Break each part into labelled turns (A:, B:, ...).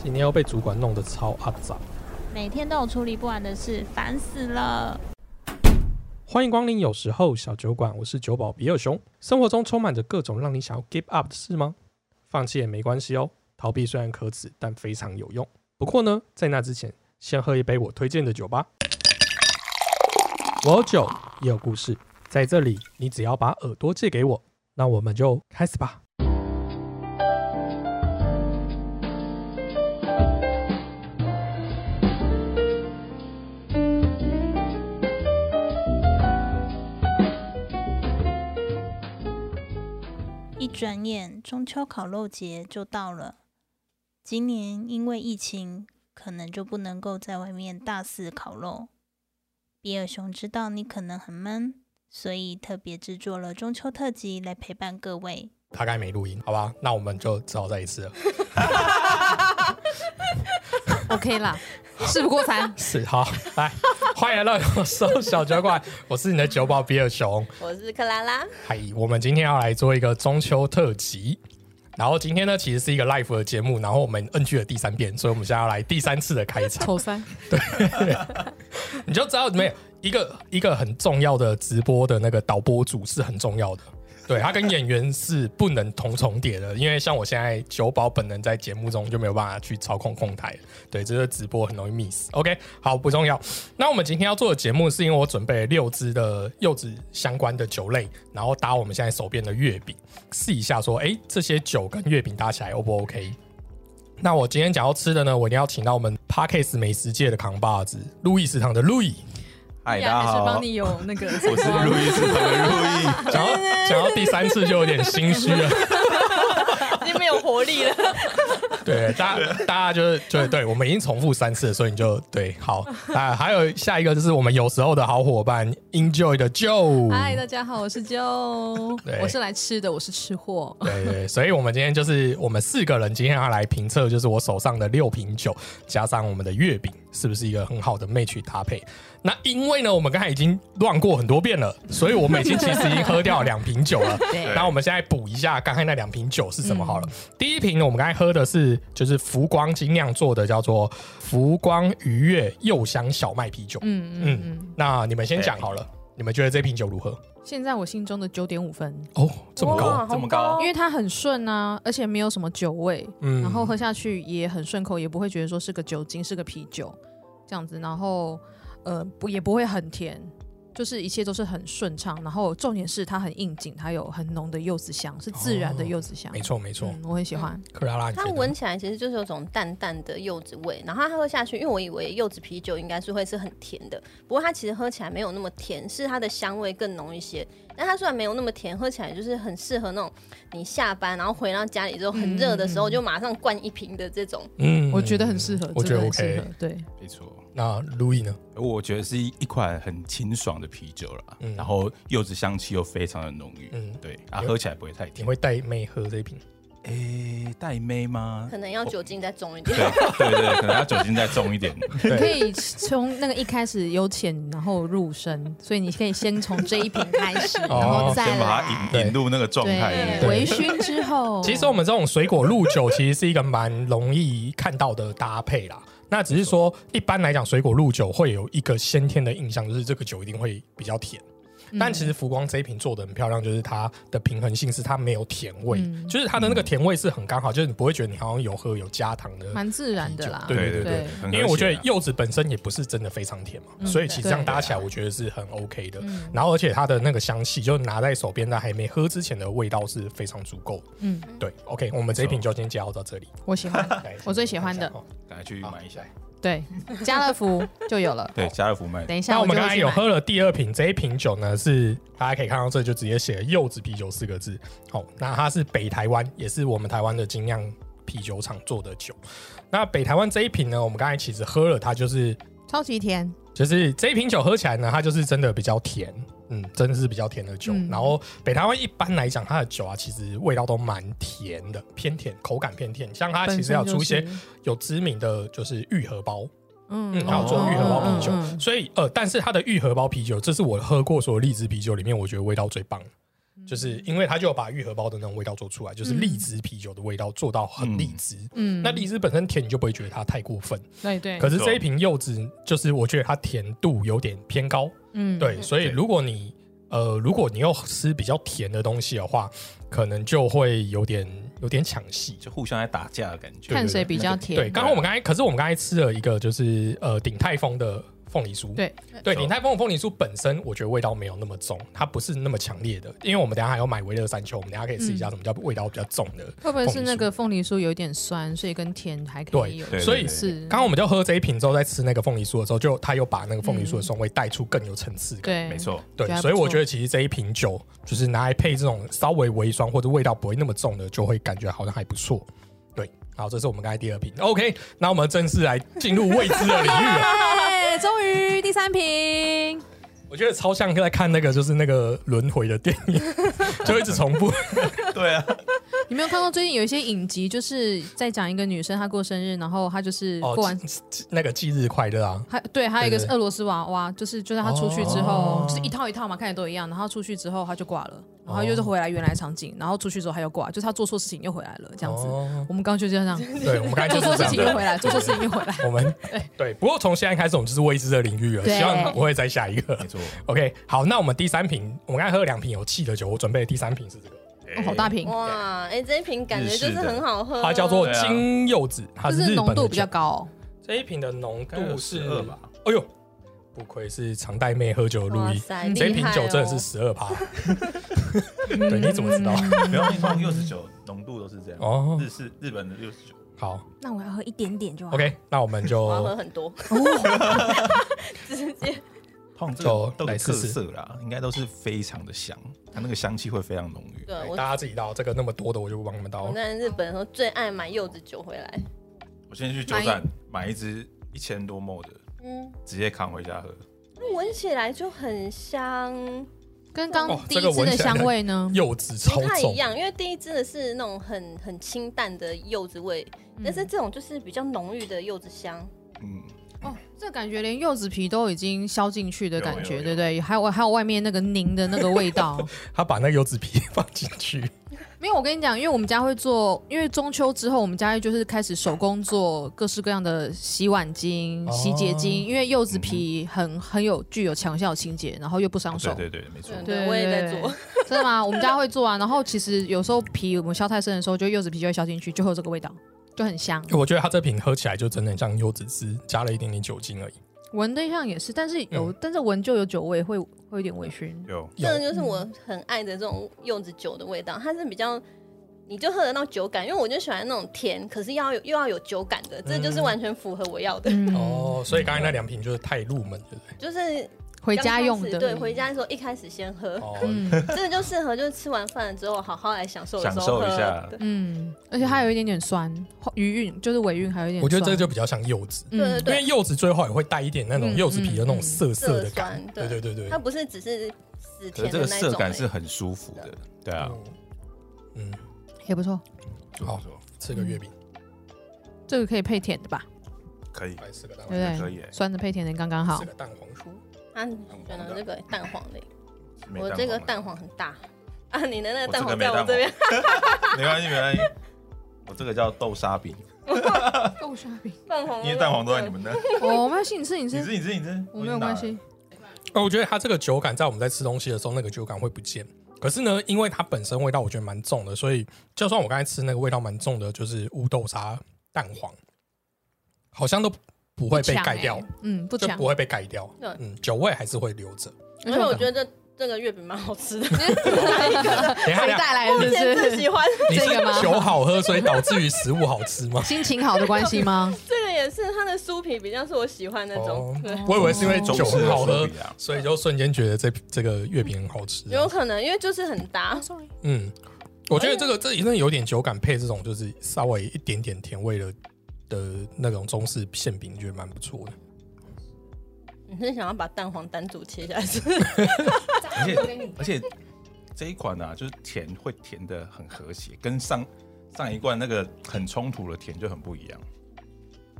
A: 今天又被主管弄得超阿杂。
B: 每天都有处理不完的事，烦死了。
A: 欢迎光临，有时候小酒馆，我是酒保比尔熊。生活中充满着各种让你想要 give up 的事吗？放弃也没关系哦，逃避虽然可耻，但非常有用。不过呢，在那之前，先喝一杯我推荐的酒吧。我有酒，也有故事，在这里，你只要把耳朵借给我，那我们就开始吧。
B: 一转眼，中秋烤肉节就到了。今年因为疫情，可能就不能够在外面大肆烤肉。比尔熊知道你可能很闷，所以特别制作了中秋特辑来陪伴各位。
A: 大概没录音，好吧，那我们就只好再一次了。。
C: OK 啦，事不过三
A: 是，好， 来，欢迎来到有时候小酒 馆，我是你的酒保比尔熊。
D: 我是克拉拉，
A: 嗨，我们今天要来做一个中秋特辑。然后今天呢，其实是一个 live 的节目，然后我们 NG 了第三遍，所以我们现在要来第三次的开场，
C: 丑三，
A: 你就知道没有一个一个很重要的直播的那个导播组是很重要的，对他跟演员是不能同重叠的，因为像我现在九宝本人在节目中就没有办法去操控控台，对，这个直播很容易 miss。OK，好，不重要。那我们今天要做的节目是因为我准备了六支的柚子相关的酒类，然后搭我们现在手边的月饼，试一下说，哎，这些酒跟月饼搭起来 O 不 OK？那我今天讲要吃的呢，我一定要请到我们 Parkes 美食界的扛把子路易食堂的路易。
E: 嗨，
C: 哎
E: 哎大
C: 呀
E: 家
C: 还是
E: 好，
C: 帮
E: 我
C: 你有那个
E: 是路易斯他的路易，
A: 讲到讲到第三次就有点心虚了。
D: 已经没有活力了。
A: 对，大家大家就是就是对我们已经重复三次了，所以你就对好啊。还有下一个就是我们有时候的好伙伴 Enjoy 的 Joe。
C: 嗨，大家好，我是 Joe，
A: 对
C: 我是来吃的，我是吃货。
A: 对对，对所以我们今天就是我们四个人今天要来评测，就是我手上的六瓶酒加上我们的月饼，是不是一个很好的 match 搭配？那因为呢，我们刚才已经乱过很多遍了，所以我们已经其实已经喝掉了两瓶酒了。
C: 对
A: 那我们现在补一下刚才那两瓶酒是什么好了。第一瓶呢，我们刚才喝的是就是福光精酿做的，叫做福光愉悦柚香小麦啤酒。
C: 嗯
A: 嗯
C: 嗯嗯，
A: 那你们先讲好了，你们觉得这瓶酒如何？
C: 现在我心中的九点五分，
A: 哦，这么高
D: 哇，
E: 这么高
C: 因为它很顺啊，而且没有什么酒味，
A: 嗯
C: 然后喝下去也很顺口，也不会觉得说是个酒精，是个啤酒这样子，然后呃不也不会很甜。就是一切都是很顺畅，然后重点是它很应景，它有很浓的柚子香，是自然的柚子
A: 哦
C: 香。
A: 没错没错，
C: 嗯，我很喜欢。
A: 克拉拉，你觉
D: 它
A: 得呢
D: 闻起来其实就是有种淡淡的柚子味，然后它喝下去，因为我以为柚子啤酒应该是会是很甜的，不过它其实喝起来没有那么甜，是它的香味更浓一些。但它虽然没有那么甜，喝起来就是很适合那种你下班然后回到家里之后很热的时候就马上灌一瓶的这种。
A: 嗯
C: 我觉得很适合，
A: 我觉得
C: 真的很适
A: OK
C: 合。。对，
E: 没错。
A: 那 Louis 呢？
E: 我觉得是一一款很清爽的啤酒啦，
A: 嗯
E: 然后柚子香气又非常的浓郁，
A: 嗯
E: 对，啊，喝起来不会太
A: 你
E: 甜。
A: 会带妹喝这一瓶？
E: 诶，带妹吗？
D: 可能要酒精再重一
E: 对
D: 点，
E: 对对，可能要酒精再重 一点。
C: 你可以啊从那个一开始由浅然后入深，所以你可以先从这一瓶开 始，
A: 哦
C: 然后再
E: 先把
C: 来
E: 它引引入那个状态。
C: 对
A: 对
C: 微醺之后。
A: 其实我们这种水果露酒其实是一个蛮容易看到的搭配啦。那只是说，一般来讲，水果露酒会有一个先天的印象，就是这个酒一定会比较甜。
C: 嗯
A: 但其实浮光这一瓶做的很漂亮，就是它的平衡性是它没有甜味，
C: 嗯
A: 就是它的那个甜味是很刚好，就是你不会觉得你好像有喝有加糖的
C: 蛮自然的啦
A: 啤酒。对
E: 对对
C: 对，
E: 很
A: 因为我觉得
E: 和谐啊
A: 柚子本身也不是真的非常甜嘛，
C: 嗯
A: 所以其实这样
C: 对
A: 搭起来，
E: 啊
A: 我觉得是很 OK 的。
C: 嗯
A: 然后而且它的那个香气，就拿在手边，在还没喝之前的味道是非常足够的。
C: 嗯，
A: 对，OK，我们这一瓶就先介绍到这里。。
C: 我喜 欢
A: 来
C: 我最喜欢的
A: 看一下哦
E: 赶快去买一下。
C: 对，家乐福就有了。
E: 对，家乐福卖的
C: 等一下，
A: 那我
C: 就
A: 们刚
C: 会
A: 才
C: 去
A: 有
C: 买。
A: 喝了第二瓶，这一瓶酒呢是大家可以看到这就直接写了“柚子啤酒”四个字。好，那它是北台湾，也是我们台湾的精酿啤酒厂做的酒。那北台湾这一瓶呢，我们刚才其实喝了，它就是
C: 超级甜，
A: 就是这一瓶酒喝起来呢，它就是真的比较甜，嗯，真的是比较甜的酒。
C: 嗯
A: 然后北台湾一般来讲，它的酒啊，其实味道都蛮甜的，偏甜，口感偏甜。像它其实要出一些
C: 本身就是
A: 有知名的，就是愈合包，
C: 嗯
A: 嗯，它有做
E: 哦
A: 愈合包啤酒，
C: 嗯嗯嗯
A: 所以呃，但是它的愈合包啤酒，这是我喝过所有荔枝啤酒里面，我觉得味道最棒的。就是因为它就有把愈合包的那种味道做出来，就是荔枝啤酒的味道做到很荔枝。
C: 嗯
A: 那荔枝本身甜，你就不会觉得它太过分。
C: 对对，
A: 可是这一瓶柚子，就是我觉得它甜度有点偏高，
C: 嗯
A: 对，所以
E: 对
A: 如果你呃，如果你要吃比较甜的东西的话，可能就会有点有点抢戏。
E: 就互相在打架的感觉。
C: 看谁比较甜。
A: 对，刚刚我们刚才，可是我们刚才吃了一个就是呃鼎泰丰的凤梨酥，
C: 对
A: 对，鼎泰丰的凤梨酥本身我觉得味道没有那么重，它不是那么强烈的，因为我们等一下还要买维乐山丘，我们等一下可以试一下什么叫味道比较重的。
C: 会不会是那
A: 凤梨
C: 个凤梨酥有点酸，所以跟甜还可以有？
E: 对
A: 所以
C: 是
A: 刚刚我们就喝这一瓶之后，在吃那个凤梨酥的时候，就它又把那个凤梨酥
C: 嗯
A: 的酸味带出更有层次感。
C: 对，
E: 没。错，
A: 对
C: 觉得，还
A: 所以
C: 不错
A: 我觉得其实这一瓶酒就是拿来配这种稍微微酸或者味道不会那么重的，就会感觉好像还不错。对，好，这是我们刚才第二瓶。OK，那我们正式来进入未知的领域 了。
C: 哎， 终于第三瓶，
A: 我觉得超像在看那个就是那个轮回的电 影，就一直重复。
E: 对啊，
C: 你没有看到最近有一些影集，就是在讲一个女生她过生日，然后她就是
A: 哦
C: 过完，
A: 那个忌日快乐啊！
C: 还对，还有一个是
A: 对对
C: 俄罗斯娃娃，就是就是她出去之后
A: 哦，
C: 就是一套一套嘛，看起来都一样，然后出去之后她就挂了，然后她就是回来原来场景，然后出去之后她又挂，就是她做错事情又回来了这样子。
A: 哦
C: 我们刚刚就这 样，
A: 对，我们刚才
C: 做
A: 就是
C: 错
A: 这
C: 事
A: 样
C: 情又
A: 的。
C: 回来，做错事情又回来。
A: 我们对，不过从现在开始，我们就是未知的领域了，
C: 对
A: 希望不会再下一个
E: 没。错。
A: OK，好，那我们第三瓶，我们刚才喝了两瓶有气的酒，我准备的第三瓶是这个。
C: 哦好大瓶，
D: 哇，哎，这一瓶感觉就是很好喝，哦
A: 它叫做金柚子，它
C: 就是
A: 啊日本
C: 是浓
A: 的
C: 度
A: 酒
C: 比较高，
A: 啊这一瓶的浓度是
E: 二吧？？
A: 哎呦，不愧是常带妹喝酒的路
D: 哇
A: 易，
D: 塞，
A: 这一
D: 厉
A: 瓶
D: 害
A: 酒真的是
D: 哦
A: 十 二趴。对，你怎么知道？
E: 没有，通常柚子酒浓度都是这样。
A: 哦
E: 日式日本的柚子酒，
A: 好
D: 那我要喝一点点就好。
A: ，OK，那我们
D: 我要喝
A: 就
D: 很多， 直接
E: 通常这个
A: 就
E: 都
A: 来
E: 有
A: 试
E: 特
A: 试
E: 色啦，应该都是非常的香，它那个香气会非常浓郁。
D: 对
A: 对
D: 我
A: 大。家自己倒，这个那么多的我就不帮你们
D: 我
A: 倒。
D: 在日本的时候最爱买柚子酒回来，
E: 我先去酒站买一支一千多 ml 的，
D: 嗯，
E: 直接扛回家喝。
D: 那闻起来就很香，
C: 跟刚
A: 哦
C: 第
A: 这
C: 一
A: 个
C: 支
A: 闻
C: 的
A: 起来
C: 香
A: 很
C: 味呢？
A: 柚子超
D: 不太一
A: 重，
D: 样，因为第一支的是那种很很清淡的柚子味，
C: 嗯
D: 但是这种就是比较浓郁的柚子香，
E: 嗯，
C: 哦，这感觉连柚子皮都已经削进去的感
E: 有
C: 觉，
E: 有有
C: 对不对？还有还有外面那个凝的那个味道。
A: 他把那个柚子皮放进去，
C: 没有，我跟你讲，因为我们家会做，因为中秋之后，我们家就是开始手工做各式各样的洗碗巾、
A: 哦嗯
C: 洗洁精，因为柚子皮很很有具有强效清洁，然后又不伤手。
E: 对对对，没错
D: 嗯对，
C: 对
D: 我也在
C: 对
D: 做，
C: 真 的吗？我们家会做啊。然后其实有时候皮我们削太深的时候，就柚子皮就会削进去，就会有这个味道，就很香。
A: 我觉得他这瓶喝起来就真的很像柚子汁，加了一点点酒精而已。
C: 闻对象也是，但是
A: 嗯
C: 有，但是闻就有酒味，会会有点微醺。
E: 有
D: 这
A: 有
D: 种就是我很爱的这种柚子酒的味道，它是比较。你就喝得到酒感，因为我就喜欢那种甜，可是要有又要有酒感的，这就是完全符合我要的，
C: 嗯，
A: 哦，所以刚才那两瓶就是太入门，对不对？
D: 就是
C: 回
D: 刚
C: 家
D: 开
C: 用
D: 始
C: 的，嗯
D: 对，回家的时候一开始先喝，
A: 哦，
D: 真的就适合，就是吃完饭了之后好好来享受的时
E: 享
D: 候
E: 受一
D: 喝
E: 下
D: 对
C: 嗯，而且它有一点点酸，余韵就是尾韵还有一点酸。
A: 我觉得这就比较像柚子。
C: 嗯
D: 对对
A: 因为柚子最后也会带一点那种柚子皮的那种涩涩的感，
D: 嗯嗯嗯
A: 对对对对
D: 它，不是只是死
E: 可是
D: 甜
E: 这
D: 的
E: 个
D: 那一
E: 涩
D: 种、
E: 感是
D: 欸，
E: 很舒服的，对啊，
A: 嗯，
C: 也不错，
E: 不错
A: 好
E: 不错
A: 吃个月饼，
C: 嗯这个可以配甜的吧，
E: 可以，
A: 来吃个蛋黄，
C: 对不对？
E: 可以欸
C: 酸的配甜的刚刚好
A: 吃。个蛋黄酥，
D: 啊，你选了这个蛋黄的，
E: 没
D: 我
E: 蛋
D: 这个
E: 黄了
D: 蛋黄很大啊，你的那个
E: 我这
D: 蛋
E: 个
D: 黄
E: 没
D: 在我
E: 蛋
D: 这边，
E: 黄，没关系没关系，我这个叫豆沙饼，
A: 啊
C: 豆沙饼，
D: 蛋黄
E: 因为蛋黄都在你
D: 们。
E: 们那，
C: 哦，没关系，你吃你
E: 你
C: 吃，
E: 吃你吃你吃，
C: 我没有关系。
A: 哦，我觉得它这个酒感在我们在吃东西的时候，那个酒感会不见。可是呢，因为它本身味道我觉得蛮重的，所以就算我刚才吃那个味道蛮重的，就是乌豆沙蛋黄，好像都不会被
C: 不抢
A: 盖掉
C: 欸，嗯，不
A: 就
C: 抢
A: 不。会被盖掉
D: 对。
A: 嗯，酒味还是会留着。
D: 而且我觉得这个月饼蛮好 吃的，
A: 等一下，
C: 谁
A: 等一下
C: 带来的？
D: 姐最
C: 是
D: 喜欢
A: 你是
C: 这个吗
A: 酒好喝，所以导致于食物好吃吗？
C: 心情好的关系 吗？
D: 这个也是它的酥皮，比较是我喜欢那种
A: 哦，
D: 对，
A: 我以为是因为酒
E: 中式
A: 很
E: 的
A: 好
E: 酥
A: 喝
E: 饼啊，
A: 所以就瞬间觉得这这个月饼很好吃。
D: 有可能因为就是很搭，
A: 嗯，我觉得
D: 哎
A: 这个这一定有点酒感配这种就是稍微一点点甜味的的那种中式馅饼，觉得蛮不错的。
D: 你是想要把蛋黄单独切下来吃？
E: 而且而且这一款啊，就是甜会甜的很和谐，跟上上一罐那个很冲突的甜就很不一样，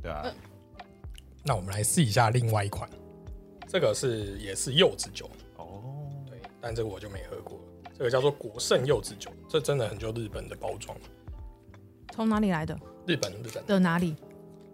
E: 对啊，
C: 呃
A: 那我们来试一下另外一款，这个是也是柚子酒，
E: 哦，
A: 对，但这个我就没喝过。这这个叫做国盛柚子酒，这真的很就日本的包装，
C: 从哪里来的？
A: 日本日本
C: 的哪里？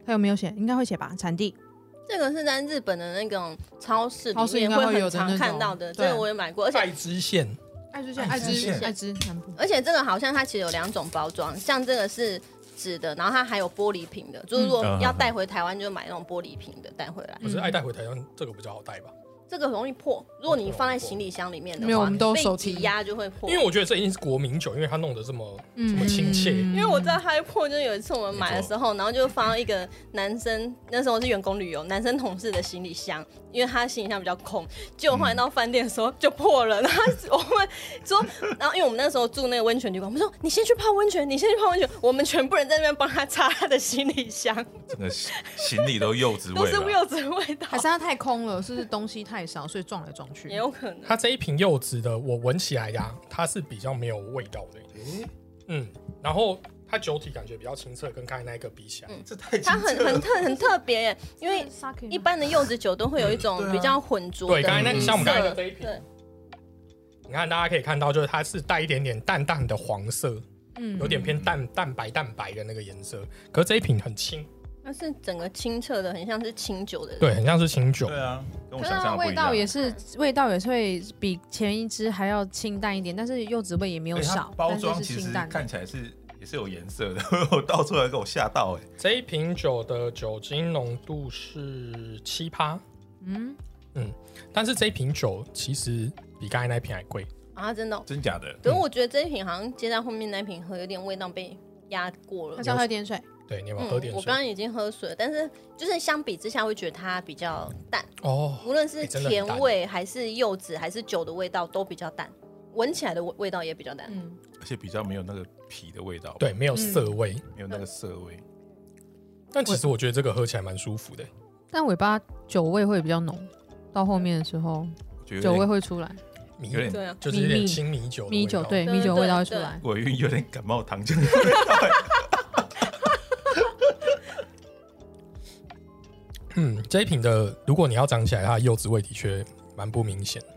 C: 他有没有写？应该会写吧，产地。
D: 这个是在日本的那种超市
C: 超市
D: 里面
C: 应该会
D: 很
C: 有的
D: 常
C: 那
D: 看
C: 种
D: 到的，这
C: 对
D: 个我也买过，而且
A: 爱知县
C: 爱知
E: 县
C: 爱
E: 爱知
C: 知
E: 县
C: 爱知南部。
D: 而且这个好像它其实有两种包装，像这个是纸的，然后它还有玻璃瓶的，就是如果
E: 嗯
D: 要带回台湾，就买那种玻璃瓶的带回来，
A: 我是爱带回台湾，这个比较好带吧，
D: 这个容易破。如果你放在行李箱里面的话，
C: 哦没有我们都
D: 被
C: 手提
D: 挤压就会破。
A: 因为我觉得这一定是国民酒，因为它弄得这么这
C: 嗯
A: 么亲切。
D: 因为我知道它会破，就是有一次我们买的时候，然后就放到一个男生，那时候我是员工旅游，男生同事的行李箱，因为他行李箱比较空，结果后来到饭店的时候就破了，然后我们说，然后因为我们那时候住那个温泉旅馆，我们说你先去泡温泉，你先去泡温泉，我们全部人在那边帮他擦他的行李箱，
E: 整个行行李都柚子
D: 都
E: 味
A: 啊
D: 是
E: 了。
D: 柚子味道
C: 还，是它太空了，是不是东西太少，所以撞来撞去
D: 也？有可能。
A: 它这一瓶柚子的，我闻起来呀、它是比较没有味道的，
E: 诶
A: 嗯，然后它酒体感觉比较清澈，跟刚才那个比起来，
D: 嗯
E: 这太
D: 它
E: 精
D: 很
E: 致了
D: 很特很特别耶，因为一般的柚子酒都会有一
E: 嗯对
D: 种
E: 啊
D: 比较浑浊的
A: 对，
D: 色，
A: 刚才那个像我们刚才的这一瓶，
D: 对，
A: 你看大家可以看到，就是它是带一点点淡淡的黄色，
C: 嗯
A: 有点偏淡淡白淡白的那个颜色，可是这一瓶很清，
D: 它是整个清澈的，很像是清酒的。
A: 对，很像是清酒
E: 对，啊，跟我
C: 可是
E: 想
C: 它
E: 象的不
C: 味
E: 一
C: 道
E: 样。
C: 也是味道也是会比前一支还要清淡一点，但是柚子味也没有
E: 诶哎它
C: 少，
E: 包装
C: 但是
E: 其
C: 是
E: 实
C: 清淡的
E: 看起来是也是有颜色的， 我倒出来给我吓到哎、
A: 这一瓶酒的酒精浓度是七趴，
C: 嗯，
A: 但是这一瓶酒其实比刚才那一瓶还贵，
D: 啊，真的哦。
E: 真假的？
D: 可是我觉得这一瓶好像接在后面那瓶喝，有点味道被压过了
C: 那。再喝点水。
A: 对，你有没
D: 嗯
A: 嗯有喝点
D: 我
A: 水
D: 刚？刚已经喝水了，但是就是相比之下，会觉得它比较淡，
A: 哦，
D: 无论
A: 哎
D: 是
A: 真的很
D: 甜
A: 淡
D: 味还是柚子还是酒的味道都比较淡，闻起来的味味道也比较淡。
C: 嗯，
E: 而且比较没有那个皮的味道，，
A: 对，没有涩味，
E: 没有那个涩味。
A: 但其实我觉得这个喝起来蛮舒服的，
C: 但尾巴酒味会比较浓，到后面的时候
E: 我觉得
C: 酒
E: 有
C: 味
E: 点
C: 会出来，
A: 米
E: 有点
D: 对啊，
A: 就是有点清米酒的味道，
C: 米酒对
D: 对
C: 米酒味道会出
D: 对
C: 来。
E: 尾韵，有点感冒 糖浆的味道欸。
A: 嗯，这一瓶的如果你要讲起来，它的柚子味的确蛮不明显的，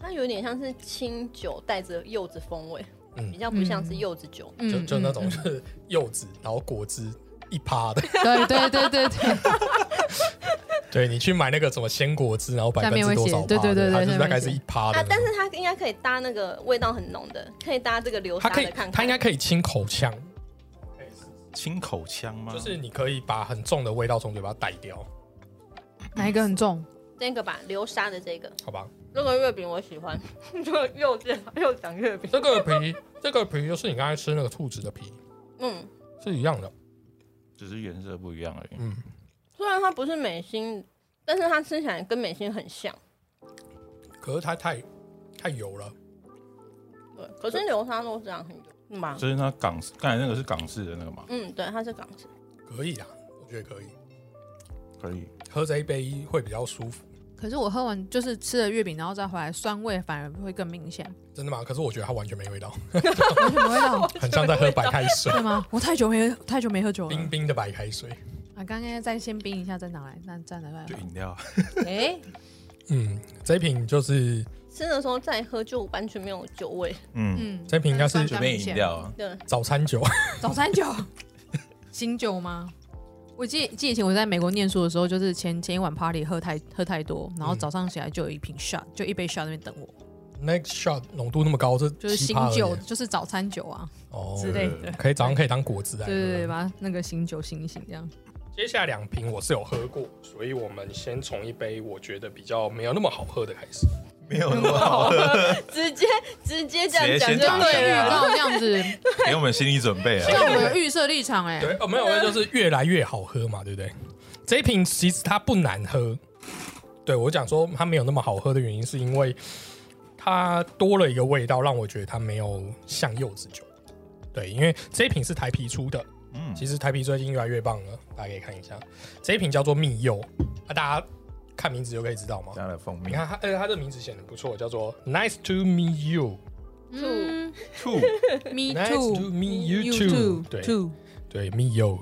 D: 它有点像是清酒带着柚子风味，
A: 嗯
D: 比较不像是柚子酒。
A: 就
C: 嗯，
A: 就那种
C: 嗯
A: 就
C: 嗯
A: 是柚子，然后果汁一趴的，
C: 对对对对对，
A: 对你去买那个什么鲜果汁，然后百
C: 下
A: 分
C: 面
A: 之
C: 会
A: 多
C: 写
A: 少趴的，
C: 对对对对
A: 它就是
C: 下
A: 大
C: 面
A: 概
C: 会
A: 是
C: 写
A: 一趴的那种，
D: 它啊但是它应该可以搭那个味道很浓的，可以搭这个流
A: 它
D: 沙
A: 可
D: 的
A: 以
D: 看看。
A: 它应该可以清口腔，
E: 清口腔
D: 嗯
E: 吗？
A: 就是你可以把很重的味道从嘴巴带掉，
C: 哪一个很重？
D: 那个吧，流沙的这个
A: 好吧？
D: 那个月饼我喜欢， 就又讲又讲月饼。
A: 这个皮这个皮就是你刚才吃那个兔子的皮
D: 嗯，
A: 是一样的，
E: 只是颜色不一样而已。
A: 嗯，
D: 虽然它不是美心，但是它吃起来跟美心很像。
A: 可是它太太油了，
D: 对，可是流沙肉这样很油，嗯吧？
E: 就是它港式，刚才那个是港式的那个嘛，
D: 嗯，对，它是港式。
A: 可以啊，我觉得可以，
E: 可以。
A: 喝这一杯会比较舒服，
C: 可是我喝完就是吃了月饼，然后再回来，酸味反而会更明显，
A: 真的吗？可是我觉得它完全没味 道，
C: 完全没味道，
A: 很像在喝 白开水，
C: 对吗？我太久没太久没喝酒 了
A: 冰冰的白开水。
C: 啊！刚刚再先冰一下，再拿来，那再拿来
E: 就。饮料，
C: 哎，
A: 嗯，这一瓶就是
D: 吃的时候再喝就完全没有酒味。
E: 嗯，
C: 嗯，
A: 这一瓶应该是
E: 准备饮料啊，
D: 对，
A: 早餐酒，
C: 早餐 酒，醒酒吗？我记记得以前我在美国念书的时候，就是前前一晚 party 喝太喝太多，然后
A: 嗯
C: 早上起来就有一瓶 shot，就一杯 shot 在那边等我，
A: Next shot 浓度那么高，这
C: 就是
A: 奇
C: 醒
A: 葩而已
C: 酒，就是早餐酒啊
A: 哦
C: 之类的。
A: 可以早上可以当果汁啊来喝。
C: 对对对，把它那个醒酒醒一醒这样。
A: 接下来两瓶我是有喝过，所以我们先从一杯我觉得比较没有那么好喝的开始。
E: 没有
C: 嗯
E: 啊那么 好喝，
D: 直接直接这样讲
E: 直接
D: 就
E: 先打
D: 对
E: 对
C: 预
E: 啊
D: 了。
C: 告这样子，
E: 给我们心理准备啊。
C: 让我们有预设立场哎、
A: 对，哦， 没有，就是越来越好喝嘛，对不对？这一瓶其实它不难喝，对我讲说它没有那么好喝的原因，是因为它多了一个味道，让我觉得它没有像柚子酒。对，因为这一瓶是台啤出的，
E: 嗯，
A: 其实台啤最近越来越棒了，大家可以看一下，这一瓶叫做蜜柚啊，大家看名字就可以知道嘛。
E: 加了蜂
A: 你
E: 蜜，
A: 看它，而且它的名字显得不错，叫做 Nice to meet you，Nice
C: 嗯
E: 兔
C: ，Me
A: to
C: too，Me
A: meet you too，
C: too，
A: 对
C: too，
A: 对，蜜柚，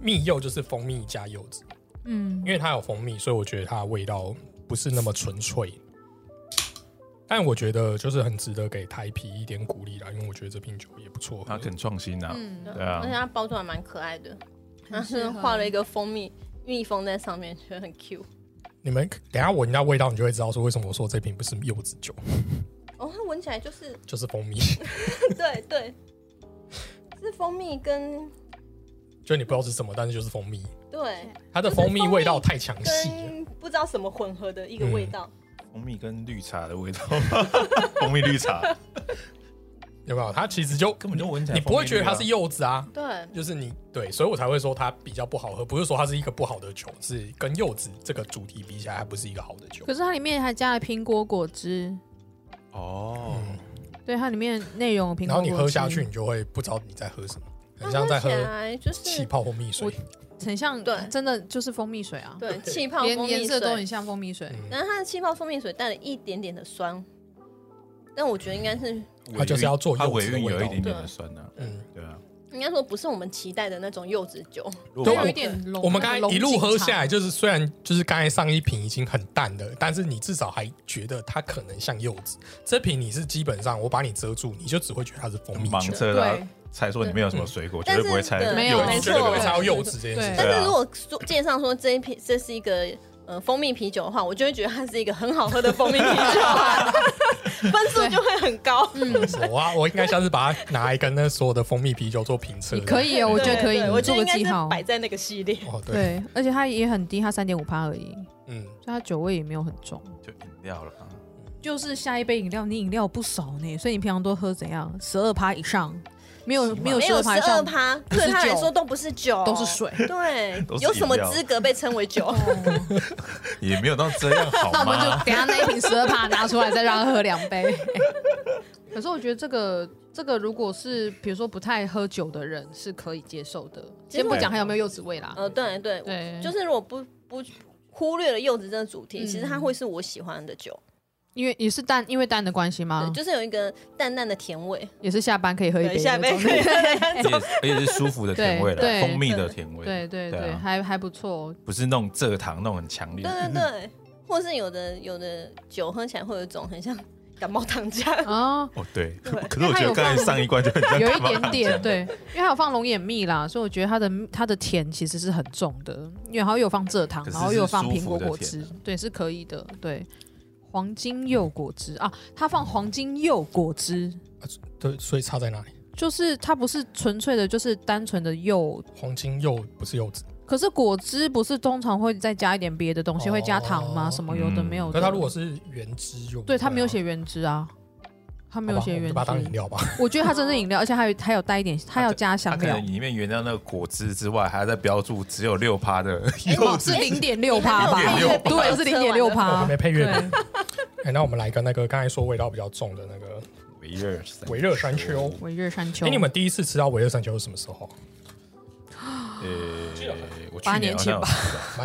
A: 蜜柚就是蜂蜜加柚子，
C: 嗯
A: 因为它有蜂蜜，所以我觉得它的味道不是那么纯粹。但我觉得就是很值得给台啤一点鼓励啦，因为我觉得这瓶酒也不错。
E: 它很创新啊，
C: 嗯，
E: 对啊
D: 而且它包装还蛮可爱的，它是
C: 适合
D: 画了一个蜂蜜蜜蜂在上面，觉得很 Q。
A: 你们等一下闻一下味道，你就会知道说为什么我说这瓶不是柚子酒，
D: 哦，它闻起来就是
A: 就是蜂蜜。
D: 对对，是蜂蜜跟
A: 就你不知道是什么，但是就是蜂蜜，
D: 对
A: 它的蜂蜜味道太强细了。
D: 跟不知道什么混合的
A: 嗯
D: 一个味道。
E: 蜂蜜跟绿茶的味道， 蜂蜜绿茶
A: 有没有？它其实就
E: 根本就闻起来
A: 你不会觉得它是
E: 蜂蜜绿
A: 柚子啊，
D: 对，
A: 就是你对，所以我才会说它比较不好喝，不是说它是一个不好的酒，是跟柚子这个主题比起来，它不是一个好的酒
C: 可。是它里面还加了苹果果汁，
E: 啊哦，
C: 对，它里面内容有苹果
A: 嗯然后你
C: 果
A: 喝下
C: 汁
A: 去，你就会不知道你在喝什么，很
C: 啊
D: 它
A: 像在
D: 喝
A: 喝
D: 起来就
A: 气
D: 是
A: 泡或蜜水
C: 我。很像，
D: 对
C: 真的就是蜂蜜水啊，
D: 对气泡
C: 连
D: 蜂
C: 颜
D: 蜜
C: 色都很
D: 水，
C: 像蜂蜜水。
A: 嗯
D: 然后它的气泡蜂蜜水带了一点点的酸，但我觉得应该是
A: 它就是要做
E: 它
A: 柚
E: 嗯尾
A: 子的
E: 韵
A: 味
E: 有一
A: 道
E: 点点的酸呢，
A: 嗯，
E: 对啊，
D: 应该说不是我们期待的那种柚子酒。
E: 如
A: 对
C: 它
E: 果把
C: 有一点龙，
A: 我们刚才
C: 龙
A: 一路
C: 井
A: 喝
C: 茶
A: 下来，就是虽然就是刚才上一瓶已经很淡了，但是你至少还觉得它可能像柚子。这瓶你是基本上我把你遮住，你就只会觉得它是蜂蜜
E: 盲
A: 酒，
E: 测
C: 对
E: 它，猜说里面有什么水果，绝
D: 但
E: 对
D: 是
E: 不会猜
D: 对
C: 没有
A: 有
C: 没
A: 人绝
C: 错
A: 对不会猜到柚子这件事
E: 对
A: 情。
D: 但
E: 啊
D: 是如果说介绍说这一瓶这是一个呃蜂蜜啤酒的话，我就会觉得它是一个很好喝的蜂蜜啤酒啊， 分数就会很高。
C: 嗯，
A: 是我啊我应该下次把它拿来跟那所有的蜂蜜啤酒做评测。
C: 你可以哦，我觉得可以，
D: 对对
C: 你
D: 我觉
C: 做个
D: 得应该
C: 记
D: 是
C: 号。
D: 摆在那个系列。
A: 哦，对，
C: 对，而且它也很低，它三点五趴而已，所
A: 嗯，
C: 以它酒味也没有很重。
E: 就饮料了啊。
C: 就是下一杯饮料，你饮料不熟呢，所以你平常都喝怎样？十二趴以上，没有没有
D: 没
C: 十
D: 有
C: 二
D: 十
C: 趴以
D: 二
C: 上，
D: 趴，
C: 不是
D: 对他来
C: 酒
D: 说都不是酒，
C: 都是。水。
D: 对
E: 都，是
D: 有什么
E: 饮料
D: 资格被称 为酒？
B: 哦
E: 也没有到这样好
C: 那我们就
E: 吗？
C: 等一下那一瓶十二趴拿出来，再让他喝两杯。 可是我觉得这个这个，如果是比如说不太喝酒的人，是可以接受的。
D: 其实
C: 先
D: 我
C: 不讲还有没有柚子味啦，
D: 呃，对对，
C: 对，
D: 就是如果不不忽略了柚子这个主题，
C: 嗯
D: 其实它会是我喜欢的酒，
C: 因为也是淡，因为淡的关系
D: 对
C: 吗，？
D: 就是有一个淡淡的甜味。
C: 也是下班可以喝一杯那
D: 对，
C: 种，
D: 下面可以
E: 而且而且是舒服的甜味
C: 对
E: 了，
C: 对
E: 蜂蜜的甜味，
C: 对对
E: 对
C: 对，
E: 啊
C: 还还不错。
E: 不是那种蔗糖那种很强烈
D: 对
E: 的。
D: 对对，或是有的有的酒喝起来会有一种很像感冒糖 浆，
C: 哦，
E: 哦，对。
D: 对
E: 可是我觉得刚才上一关就很像
C: 有一
E: 干
C: 点
E: 嘛
C: 点对，因为它有放龙眼蜜啦，所以我觉得它的它的甜其实是很重的，因为然后又有放蔗糖，
E: 可是
C: 然后又有放
E: 是
C: 苹
E: 舒
C: 果
E: 服的
C: 果汁，对，是可以的。对，黄金柚果汁啊，它放黄金柚果汁，
A: 对，所以差在哪里？
C: 就是它不是纯粹的，就是单纯的柚，
A: 黄金柚不是柚子，
C: 可是果汁不是通常会再加一点别的东西，
A: 哦
C: 会加糖吗？什么有的
E: 嗯
C: 没有的。
A: 可是它如果是原汁就
C: 哦对它没有写原汁啊。它没有写原
A: 把它当饮
C: 汁，
A: 料吧。
C: 我觉得它真正饮料，而且还有还有带一 点，它要加
E: 它
C: 香
E: 可
C: 料
E: 能，里面原料那个果汁之外，还在标注只有六趴的柚
C: 哦
E: 子
C: 是。零点六趴吧？
E: 0.6%
C: 对，是零点六
A: 我还
C: 趴
A: 没。配乐
C: 啊对
A: 谱。哎，那我们来跟那个刚才说味道比较重的那个
E: 维热山
A: 维热山丘。
C: 维热哦山丘，
A: 哎，你们第一次吃到维热山丘是什么时候啊？
E: 呃，我去
C: 八年前吧
E: 好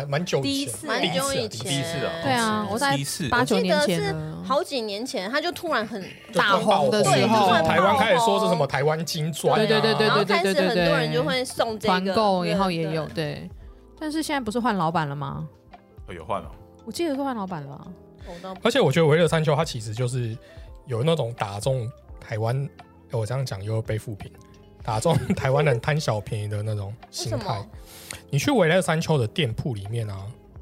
E: 像有吃到
A: 蛮蛮久
B: 第一
A: 以
B: 次
A: 前，
D: 蛮
B: 欸
D: 久以
A: 第一次
D: 前。
E: 第一次哦
C: 对啊，我在
E: 第一次
C: 八
D: 我
C: 九
D: 记
C: 年
D: 得
C: 前
D: 是
C: 了
D: 好几年前，它就突然很
A: 就
C: 大
A: 突然
C: 红的
A: 爆
C: 时
A: 红
C: 候
A: 就是台湾开始说是什么
D: 对
A: 台湾金砖啊，
C: 对对对对
D: 然
C: 对
D: 后
C: 对
D: 开始很多人就会送这个
C: 团购，
D: 对
C: 然后
D: 对
C: 也有对，但是现在不是换老板了吗？
E: 哦有换了，
C: 我记得是换老板了啊。
D: 哦我都
A: 而且我觉得维乐山丘它其实就是有那种打中台湾，哎我这样讲又被负评，打中 台湾人贪小便宜的那种心
D: 为什
A: 态
D: 么。
A: 你去维乐山丘的店铺里面啊，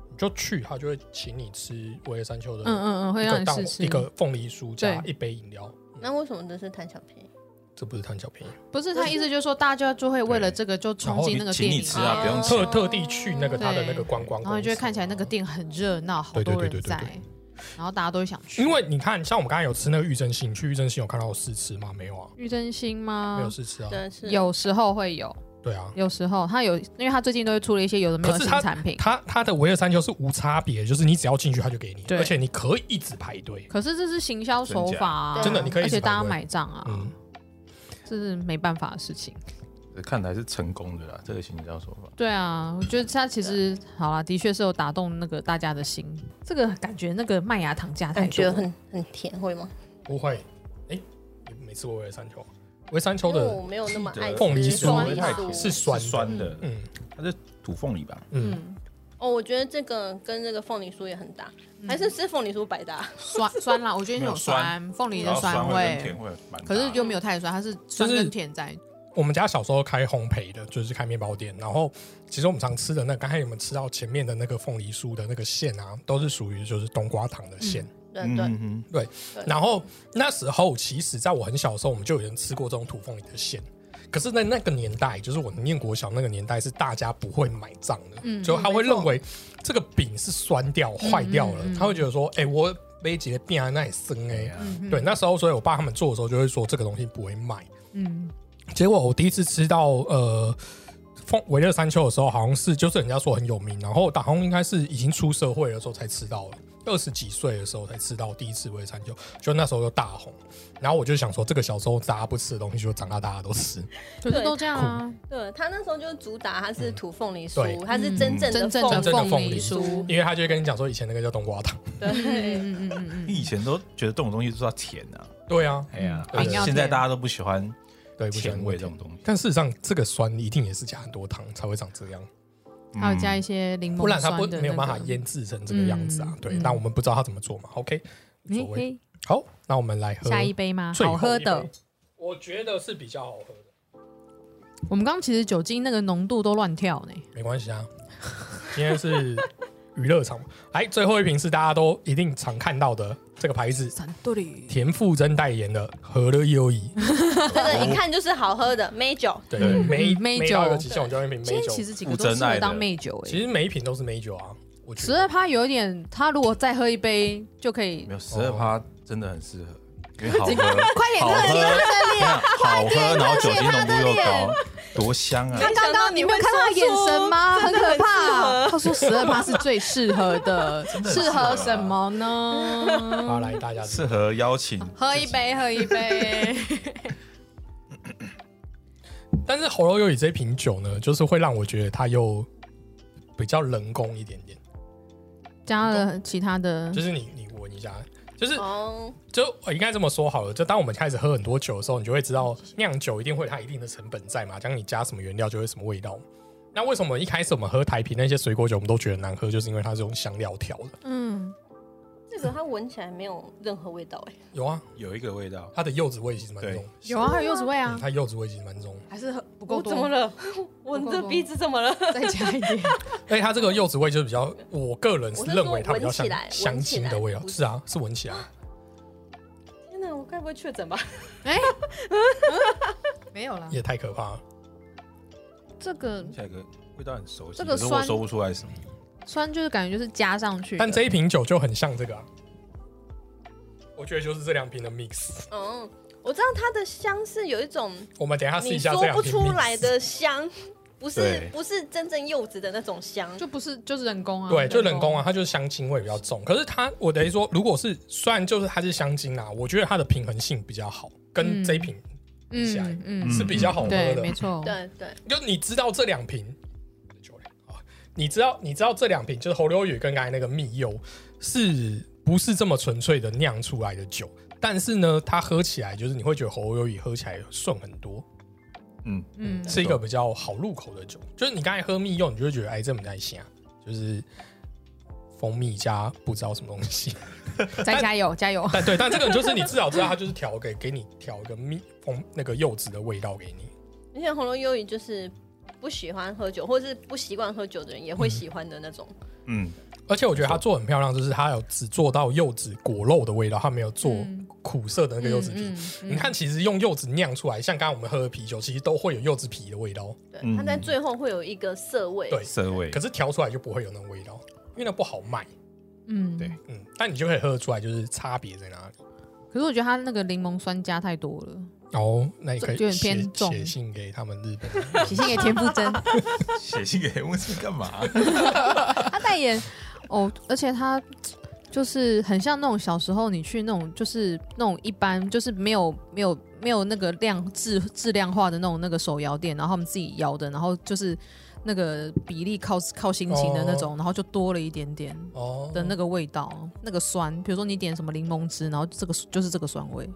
A: 你就去，他就会请你吃维乐山丘的
C: 嗯嗯嗯，会
A: 一
C: 让
A: 个
C: 你
A: 蛋
C: 试吃
A: 一。个凤梨酥加一杯饮料，嗯
D: 那为什么这是贪小便宜？
A: 这不是贪小便宜，
C: 不是他意思就是说，大家就会为了这个就冲进那个
E: 请
C: 店
E: 你
C: 里
E: 吃啊，
D: 面
E: 不用
A: 特
E: 吃。
A: 特地去那个他的那个观光公司，嗯
C: 然后你就会看起来那个店很热闹，好
A: 对啊对
C: 多
A: 对
C: 人
A: 对对
C: 在
A: 对，
C: 然后大家都想去。
A: 因为你看，像我们刚才有吃那个玉珍心，你去玉珍心有看到我试吃吗？没有啊，
C: 玉真心
A: 没有
C: 吗？
A: 试吃啊。
D: 真的是
C: 有时候会有，
A: 对啊，
C: 有时候他有，因为他最近都会出了一些有的没有
A: 可
C: 的
A: 是
C: 新
A: 他
C: 产品。
A: 它它的维尔山丘是无差别，就是你只要进去它就给你，
C: 对
A: 而且你可以一直排队。
C: 可是这是行销手法、啊，
D: 真假真的
A: 你可以
C: 而且
A: 一直
C: 大家
A: 买
C: 买账啊，
A: 嗯，
C: 这是没办法的事情。
E: 看来是成功的啦，这个行销手法。
C: 对啊，我觉得它其实好啦，的确是有打动那个大家的心。这个感觉那个麦芽糖加太
D: 感
C: 多
D: 觉
C: 了，
D: 很很甜，会吗？
A: 不会。哎、你没吃过维尔山丘？啊维尔山丘
D: 因为
A: 的
D: 我没有那么爱
E: 记得
D: 吃
A: 凤梨
E: 是
A: 酥
D: 凤
E: 不
D: 梨
E: 太
D: 酥
E: 甜
A: 是酸
E: 酸的，
A: 嗯
E: 它是土凤梨吧？
A: 嗯，
C: 嗯，
D: 哦，我觉得这个跟那个凤梨酥也很搭，还是是凤梨酥百搭。
C: 酸酸啦，我觉得那种
E: 没
C: 酸，凤梨
E: 然
C: 的
E: 后酸味跟
C: 味
E: 甜，味蛮搭的，
C: 可是就没有太酸，它是酸
A: 就是
C: 跟甜在。
A: 我们家小时候开烘焙的，就是开面包店。然后，其实我们常吃的那，刚才你们吃到前面的那个凤梨酥的那个馅啊，都是属于就是冬瓜糖的馅。
D: 对
E: 嗯
D: 对，
E: 嗯嗯
D: 对
A: 然后那时候，其实在我很小的时候，我们就有人吃过这种土凤梨的馅。可是，在那个年代，就是我念国小那个年代，是大家不会买账的，
C: 嗯
A: 就他会
C: 没错
A: 认为这个饼是酸掉、坏掉了，他会觉得说：“哎、我杯节变啊，那也生哎、
E: 嗯对啊
A: 对，那时候，所以我爸他们做的时候就会说这个东西不会卖。
C: 嗯，
A: 结果我第一次吃到呃凤维勒山丘的时候，好像是就是人家说很有名，然后打红应该是已经出社会的时候才吃到了，二十几岁的时候才吃到第一次维勒山丘，就那时候就大红。然后我就想说，这个小时候大家不吃的东西，就长大大家都吃。
C: 可是都这样啊，
D: 对他那时候就主打它是土凤梨
A: 对
D: 酥，它是真正
C: 嗯
D: 的
C: 真正
D: 凤
A: 真正的
C: 凤
A: 凤
C: 梨
A: 梨
C: 酥。
A: 因为他就会跟你讲说，以前那个叫冬瓜糖。
D: 对，
C: 嗯嗯嗯
E: 你以前都觉得这种东西就是要甜啊，
A: 对啊，
E: 哎呀，
A: 嗯
E: 啊
A: 对
E: 现在大家都不喜欢
A: 对，不喜欢
E: 甜味这种东西，
A: 但事实上，这个酸一定也是加很多糖才会长这样，
E: 嗯
C: 还有加一些柠
A: 不
C: 檬
A: 然它不
C: 酸的，
A: 没有办法。腌制成这个样子啊
C: 嗯。
A: 对，
C: 嗯
A: 但我们不知道它怎么做嘛。OK，无所
C: 嘿
A: 谓。
C: 嘿，
A: 好，那我们来喝
C: 下一杯吗？
A: 最后
C: 啊好喝
A: 一
C: 的
A: 杯。，我觉得是比较好喝的，
C: 我们刚刚其实酒精那个浓度都乱跳呢。
A: 没关系啊。 今天是娱乐场嘛，哎，最后一瓶是大家都一定常看到的这个牌子，
C: 三对里
A: 田馥甄代言的和乐优怡，
D: 这个一看就是好喝的美酒。
A: 对
E: 嗯，
A: 每
C: 美
A: 每
C: 酒
A: 到一个极限，我就用一瓶
C: 今
A: 美
C: 天其
A: 酒。
C: 实几个都适合当媚酒
A: 其
C: 哎。
A: 实每一瓶都是美酒啊，我觉
C: 十二
A: 得
C: 趴有一点，他如果再喝一杯就可以
E: 没有十
A: 哦
E: 二趴真的很适合，因为好
C: 快
E: 喝，
C: 点
E: 好
C: 快
E: 喝，你看好喝，然后酒精浓度又高，多香啊！
D: 没想到你
C: 你
D: 会
C: 有看他的眼神吗？很可怕。他说十二趴是最适合的，
E: 的
C: 适
E: 适合
C: 合
E: 啊
C: 什么呢？
A: 好来大家
E: 适合邀请，
C: 喝一杯，喝一杯。
A: 但是喉咙优怡这瓶酒呢，就是会让我觉得它又比较人工一点点，
C: 加了其他的
A: 就，是你你闻一下，就是
D: 哦，
A: 就呃我应该这么说好了，就当我们开始喝很多酒的时候，你就会知道酿酒一定会有它一定的成本在嘛，将你加什么原料就会什么味道。那为什么一开始我们喝台啤那些水果酒，我们都觉得难喝，就是因为它是用香料调的。
C: 嗯，
D: 这个它闻起来没有任何味道哎，
A: 有啊，
E: 有一个味道，
A: 它的柚子味其实蛮重
E: 对，
C: 有啊，还有柚子味啊
A: 嗯，它柚子味其实蛮重。
C: 还是喝不够
D: 我
C: 多。
D: 怎 么了？我这鼻子怎么了？
C: 再加一点，
A: 而哎且它这个柚子味就是比较，我个人是认为它比较像
D: 我是说闻起来
A: 香精的味道。
D: 闻起
A: 是啊，是闻起来。
D: 天哪，我该不会确诊吧？
C: 没有啦。
A: 也太可怕了。
C: 这个
E: 下一个味道很熟悉，
C: 这个
E: 可是我
C: 酸
E: 说不出来什么。
C: 酸就是感觉就是加上去的，
A: 但这一瓶酒就很像这个、啊，我觉得就是这两瓶的 mix。
D: 嗯，我知道它的香是有一种
A: 我们等一下试一
D: 你
A: 下
D: 说
A: 这两
D: 不
A: 瓶
D: 出
A: mix
D: 来。 的香，不是
E: 对
D: 不是真正柚子的那种香，
C: 就不是就是人工啊，
A: 对，就人工啊，，它就是香精味比较重。可是它，我等于说，如果是虽然就是它是香精啊，我觉得它的平衡性比较好，跟
C: 嗯
A: 这一瓶起来
C: 嗯嗯，
A: 是比较好喝
C: 对，
A: 的。
C: 没错，
D: 对对，
A: 就你知道这两瓶酒类啊，你知道你知道这两瓶就是侯流雨跟刚才那个蜜柚，是不是这么纯粹的酿出来的酒？但是呢，它喝起来就是你会觉得侯流雨喝起来顺很多，
E: 嗯，
C: 嗯，
A: 是一个比较好入口的酒。就是你刚才喝蜜柚，你就会觉得哎，这不太香，就是蜂蜜加不知道什么东西。
C: 再加油加油，
A: 但对，但这个就是你至少知道它就是调给给你调一个蜜蜂那个柚子的味道给你。
D: 而且红楼优怡就是不喜欢喝酒，或是不习惯喝酒的人也会喜欢的那种。
E: 嗯，
A: 而且我觉得它做得很漂亮，就是它有只做到柚子果肉的味道，它没有做
C: 嗯
A: 苦涩的那个柚子皮。
C: 嗯，嗯
A: 你看，，其实用柚子酿出来，像刚刚我们喝的啤酒，其实都会有柚子皮的味道，
D: 对，
E: 嗯
D: 它在最后会有一个涩味。
A: 对
E: 涩味
A: 可，是调出来就不会有那种味道，因为那不好卖。
C: 嗯，
E: 对
A: 嗯，但你就可以喝得出来，就是差别在哪里。
C: 可是我觉得它那个柠檬酸加太多了，
A: 哦，那你可以
C: 就有点
A: 写
C: 偏重
A: 写信给他们日本人
C: 写信给田馥 甄，
E: 写信给问是 干嘛？
C: 他代言哦，而且他就是很像那种小时候你去那种就是那种一般就是没有没有没有那个量质质量化的那种那个手摇店，然后他们自己摇的，然后就是那个比例靠靠心情的那种，然后就多了一点点。
A: 哦
C: 的那个味道，那个酸，比如说你点什么柠檬汁，然后这个就是这个酸味，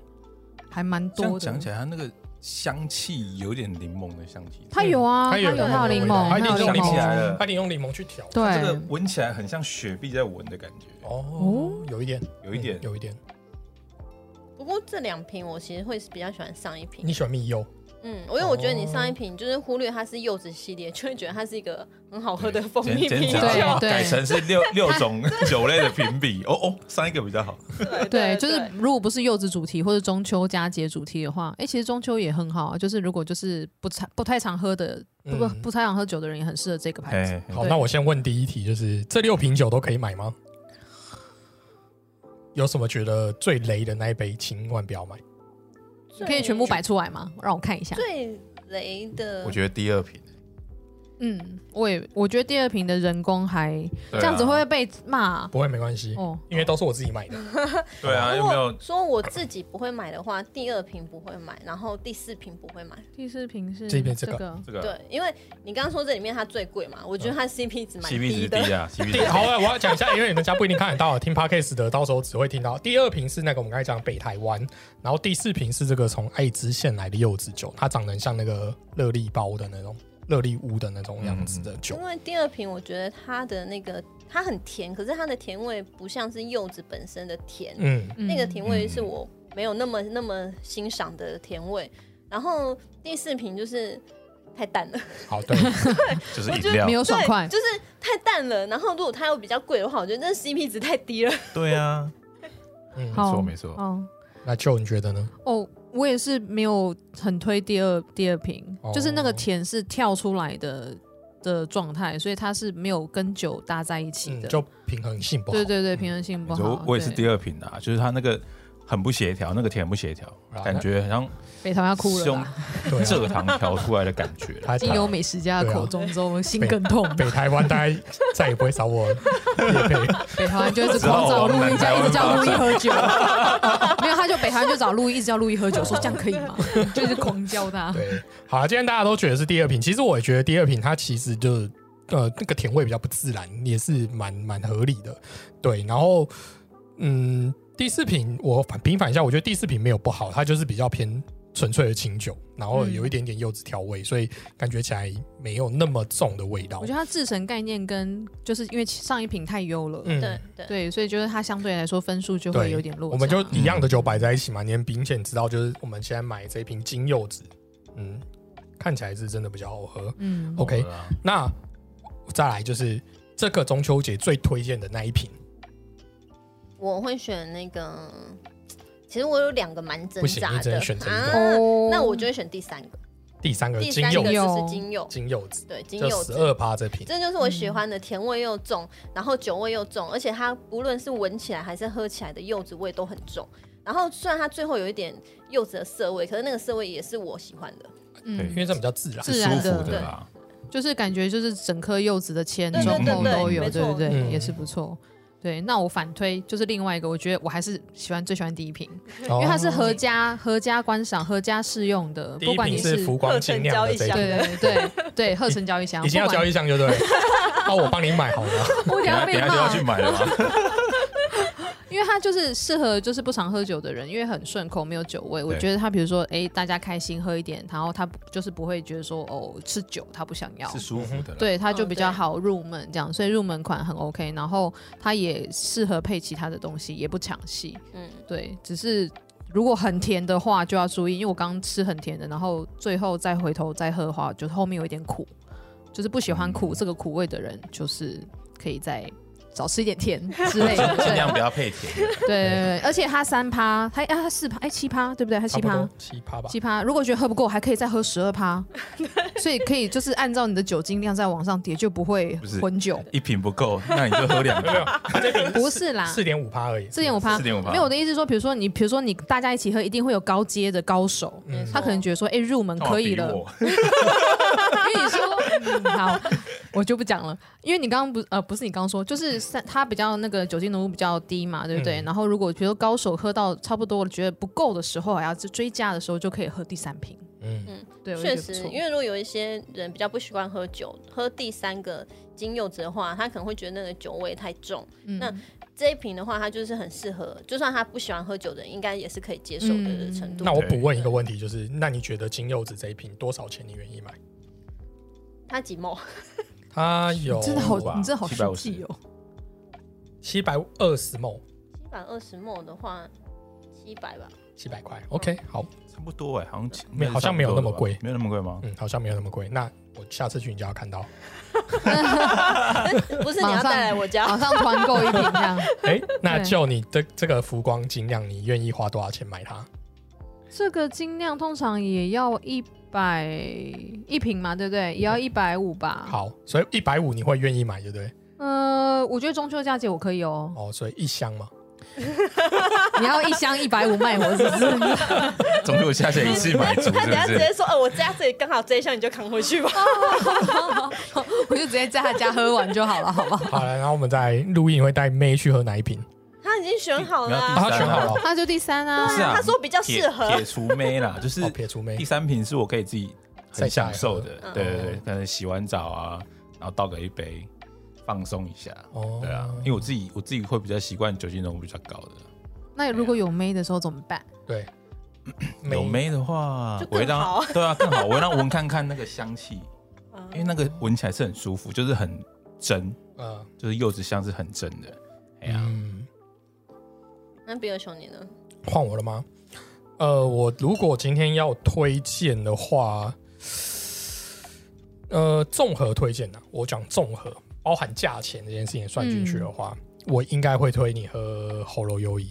C: 还蛮
E: 这
C: 多
E: 样
C: 的
E: 讲。起来，它那个香气有点柠檬的香气，
C: 它有
A: 嗯
C: 啊，它
A: 它有
C: 有它有柠
A: 柠
C: 檬，
A: 檬
C: 它
A: 的味道它一定
C: 有柠
A: 是
E: 想不起来
C: 檬
E: 了，
A: 它得用柠檬去调。
E: 这个
C: 对，
E: 闻起来很像雪碧在闻的感觉，
A: 哦，有一点，
E: 有一点
A: 嗯有一点。
D: 不过这两瓶我其实会是比较喜欢上一瓶
A: 你，喜欢蜜柚？
D: 嗯，因为我觉得你
C: 哦
D: 上一瓶就是忽略它是柚子系列，就会觉得它是一个很好喝的蜂蜜
E: 简
D: 啤
E: 简
D: 酒。
E: 简
C: 对
E: 改成是 六六种酒类的评比。哦哦，上一个比较好，
D: 对
C: 对，就是如果不是柚子主题或者中秋佳节主题的话，哎、其实中秋也很好啊。就是如果就是不常不太常喝的，不不
A: 嗯
C: 不太常喝酒的人也很适合这个牌子。
E: 哎，
A: 好，
C: 对
A: 那我先问第一题，就是这六瓶酒都可以买吗？有什么觉得最雷的那一杯，千万不要买。
C: 你可以全部摆出来吗？让我看一下。
D: 最雷的，
E: 我觉得第二瓶
C: 嗯，我也我觉得第二瓶的人工还、
E: 啊
C: 这样子会不会被骂
A: 不会没关系，
C: 哦。
A: 因为都是我自己买 的。
E: 对啊，
D: 如
E: 又没有
D: 果说我自己不会买的话，第二瓶不会买，然后第四瓶不会买。
C: 第四瓶是
A: 这边这个
C: 个
E: 这个
D: 对，因为你刚刚说这里面它最贵嘛，我觉得它 CP 值蛮
E: CP 嗯值
D: 的。
E: 低啊，CP 值
A: 第
E: 低
A: 好了，我要讲一下，因为你们家不一定看得到，听 podcast 的到时候只会听到。第二瓶是那个我们刚才讲北台湾，然后第四瓶是这个从爱知县来的柚子酒，它长得很像那个热力包的那种热力屋的那种样子的酒
D: 因。为第二瓶我觉得它的那个它很甜，可是它的甜味不像是柚子本身的甜，
A: 嗯，
D: 那个甜味是我没有那么那么欣赏的甜味。然后第四瓶就是太淡了，
A: 好，对，
E: 就是饮料
C: 没，
A: 哦
C: 有爽快
D: 对，就是太淡了。然后如果它又比较贵的话，我觉得那 CP 值太低了。
E: 对 啊，
A: 嗯，
C: 好
E: 错没错
C: 哦
A: 那就你觉得呢？
C: 哦，我也是没有很推第二第二瓶，
A: 哦
C: 就是那个甜是跳出来的的状态，所以它是没有跟酒搭在一起
A: 嗯，
C: 的。
A: 就平衡性不好。
C: 对对对，平衡性不好
E: 我。我也是
C: 对
E: 第二瓶啊，就是它那个很不协调，那个甜不协调
A: 啊，
E: 感觉好像
C: 北桃要哭了
E: 是用
C: 啦，
A: 对啊，
E: 蔗糖调出来的感觉。啊
A: 他
C: 经由美食家的口中之后，心更痛。
A: 北台湾大概再也不会找我了。
C: 北台湾就一直狂找路易，这样一直叫路易喝酒。 没有，他就北台湾就找路易，一直叫路易喝酒，说这样可以 吗？就是狂叫他。
A: 对，好啊了，今天大家都觉得是第二瓶，其实我也觉得第二瓶它其实就是呃那个甜味比较不自然，也是蛮蛮合理的。对，然后嗯，第四瓶我反平反一下，我觉得第四瓶没有不好，它就是比较偏纯粹的清酒，然后有一点点柚子调味，所以感觉起来没有那么重的味道
C: 我觉。得它制成概念跟就是因为上一瓶太优了，
A: 嗯
D: 对对
C: 对，所以就是它相对来说分数就
A: 对
C: 会有点落差。
A: 我们就一
E: 嗯
A: 样的酒摆在一起嘛，你很明显知道，就是我们现在买这一瓶金柚子，嗯，看起来是真的比较好喝。
C: 嗯
A: OK，
E: 好啦
A: 那再来就是这个中秋节最推荐的那一瓶，
D: 我会选那个，其实我有两个蛮挣
A: 不行
D: 扎的，
A: 你只能选择一个
D: 啊
C: 哦
D: 那我就会选第三个，
A: 第三个
D: 第
A: 金
D: 三
A: 柚
D: 个
A: 子，
D: 就是金柚，
A: 金柚子，
D: 对，金
A: 这
D: 柚
A: 十
D: 子。
A: 二趴这瓶，
D: 这就是我喜欢的，甜味又重，然后酒味又重，而且它不论是闻起来还是喝起来的柚子味都很重。然后虽然它最后有一点柚子的涩味，可是那个涩味也是我喜欢的。
E: 对
A: 因
C: 嗯，
A: 为这比较自然。
C: 自
E: 舒
C: 然
E: 服
C: 的，
E: 的啦，
C: 就是感觉就是整颗柚子的前
D: 对
E: 对
C: 中
E: 对
C: 后
E: 对
C: 都有，
D: 没
C: 对
D: 错
C: 不对？
A: 嗯
C: 也是不错。对，那我反推就是另外一个，我觉得我还是喜欢最喜欢第一瓶，
A: 因
C: 因为它是合家合家观赏、合家试用的，
A: 哦第
C: 不
A: 一
C: 管你
A: 瓶
C: 是
A: 浮光精酿的这一
D: 贺成交
A: 瓶，
D: 易箱
C: 对对对对，鹤城交易箱，
A: 已经要
C: 不管
A: 交易箱就对了，那我帮你买好了。
C: 我等
E: 等一
C: 下
E: 下等
C: 被
E: 一下就要
C: 骂
E: 去，买了吧。
C: 因为它就是适合就是不常喝酒的人，因为很顺口，没有酒味。我
E: 对
C: 觉得它比如说，哎，大家开心喝一点，然后他就是不会觉得说哦吃酒他不想要，哦
E: 是舒服的啦。
C: 对，它就
D: 嗯
C: 比较
D: 对
C: 好入门这样，所以入门款很 OK，然后它也适合配其他的东西，也不抢戏。
D: 嗯，
C: 对，只是如果很甜的话就要注意，因为我刚刚吃很甜的，然后最后再回头再喝的话，就是后面有一点苦，就是不喜欢苦、这个苦味的人，就是可以再少吃一点甜之类 的。
E: 尽
C: 对
E: 量不要配甜的。
C: 对对对，而且它三趴，它啊它四趴，哎七趴，对不对？它
A: 差
C: 七
A: 不
C: 趴
A: 多。七趴吧，
C: 七趴，如果觉得喝不够，还可以再喝十二趴， 所以可以就是按照你的酒精量再往上叠，就不会
E: 不是
C: 混 酒。
E: 一瓶不够，那你就喝两瓶。
C: 不是啦，
A: 四点五趴而已。
C: 四点五趴，
E: 4.5%
C: 没有我的意思是说，比如说你，比如说你大家一起喝，一定会有高阶的高手，
A: 嗯
D: 没错
C: 他可能觉得说，哎、入门
E: 干嘛
C: 可以
E: 逼
C: 了，
E: 我
C: 因为你说、 嗯、好，我就不讲了，因为你刚刚不呃不是你刚刚说，就是三它比较那个酒精浓度比较低嘛，对不对？
A: 嗯
C: 然后如果比如说高手喝到差不多，我觉得不够的时候，还要追加的时候，就可以喝第三瓶。
A: 嗯，
C: 对，我就觉
D: 确
C: 得不
D: 实，
C: 错
D: 因为如果有一些人比较不习惯喝酒，喝第三个金柚子的话，他可能会觉得那个酒味太重。
C: 嗯
D: 那这一瓶的话，它就是很适合，就算他不喜欢喝酒的人，应该也是可以接受的
C: 嗯
D: 程度。
A: 那我补问一个问题，就是那你觉得金柚子这一瓶多少钱？你愿意买？
D: 它几毛？
A: 它有啊
C: 真的好，
E: 吧
C: 你真的好实
E: 750
C: 际哦。
A: 七百二十毛，
D: 七百二十沫的话，七 百吧。
A: 七百块。OK，好，
C: 嗯
E: 差不多哎，好像七
A: 没有好像没有那么贵
E: 没有那么贵吗？
A: 嗯，好像没有那么贵。那我下次去你家看 到，
D: 不是你要带来我家
C: 马上团购一瓶这样，
A: 哎，那
C: 对
A: 就你的这个浮光精酿，你愿意花多少钱买它？
C: 这个精酿通常也要一百一瓶嘛，对不对？也要一百五吧。，
A: 好，所以一百五你会愿意买，对不对？
C: 呃，我觉得中秋佳节我可以哦。
A: 哦，所以一箱嘛，
C: 你要一箱一百五卖我，是不是？
E: 总比我下线一次买足，是不
D: 他等下直接
E: 是？
D: 说，呃，我家这里刚好这一箱，你就扛回去吧。
C: 我就直接在他家喝完就好了，好 不好？
A: 好了，然后我们再录音，你会带妹去喝哪一瓶？
D: 他已经选好了、
E: 你
A: 啊，
E: 要
D: 啊，
A: 他选好了，
C: 那就第三啊
E: 是，啊
D: 他说比较适合
E: 撇撇除妹 啦，就是
A: 哦，撇除妹
E: 第。三瓶是我可以自己很享受的
D: 在家里喝，
E: 对对
A: 嗯
E: 对，但是洗完澡啊，然后倒个一杯，放松一下。
A: 哦
E: 对啊，因为我自己我自己会比较习惯酒精浓度比较高的，
C: 那如果有妹的时候怎么办？
A: 对，
E: 有妹的话
D: 就，更
E: 我会让
D: 好
E: 对啊更好，我会让闻看看那个香气，因为那个闻起来是很舒服，就是很真，
A: 呃，
E: 就是柚子香是很真的。哎呀，
A: 嗯，
D: 那比尔熊你呢？
A: 换我了吗？呃，我如果今天要推荐的话，呃，综合推荐的、我讲综合，包含价钱这件事情算进去的话，
C: 嗯
A: 我应该会推你喝喉咙优怡，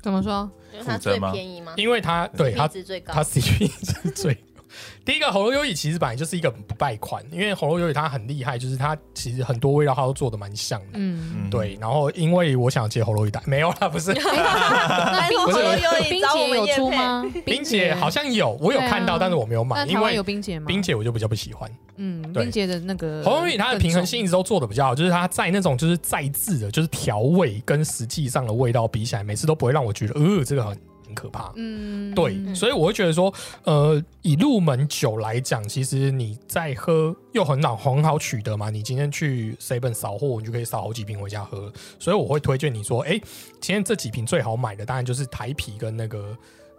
C: 怎么说？
D: 因为它
E: 负责
D: 最
E: 吗
D: 便宜吗？
A: 因为它对它
D: 币值最高
A: 它 CP 是最。 第一个喉咙优怡其实本来就是一个不败款，因为喉咙优怡它很厉害，就是它其实很多味道它都做的蛮像的。
C: 嗯，
E: 嗯，
A: 对，然后因为我想接喉咙一代，没有啦，不 是
C: 那冰
D: 不是
C: 姐，冰
D: 找我
C: 姐
D: 们
C: 有
D: 业
C: 出
D: 配
C: 吗？
A: 冰姐好像有，我有
C: 对啊
A: 看到，但是我没有买，
C: 但
A: 因
C: 台湾
A: 为
C: 有冰姐吗？
A: 冰，姐我就比较不喜欢。
C: 嗯，
A: 对
C: 冰姐的那个
A: 喉咙玉它的平衡性一
C: 更
A: 直都做的比较好，就是它在那种就是在制的，就是调味跟实际上的味道比起来，每次都不会让我觉得呃这个很很可怕
C: 重，。嗯，
A: 对，所以我会觉得说，呃，以入门酒来讲，其实你在喝又很好很好取得嘛。你今天去 seven 扫货，你就可以扫好几瓶回家喝了。所以我会推荐你说，哎、今天这几瓶最好买的，当然就是台啤跟那个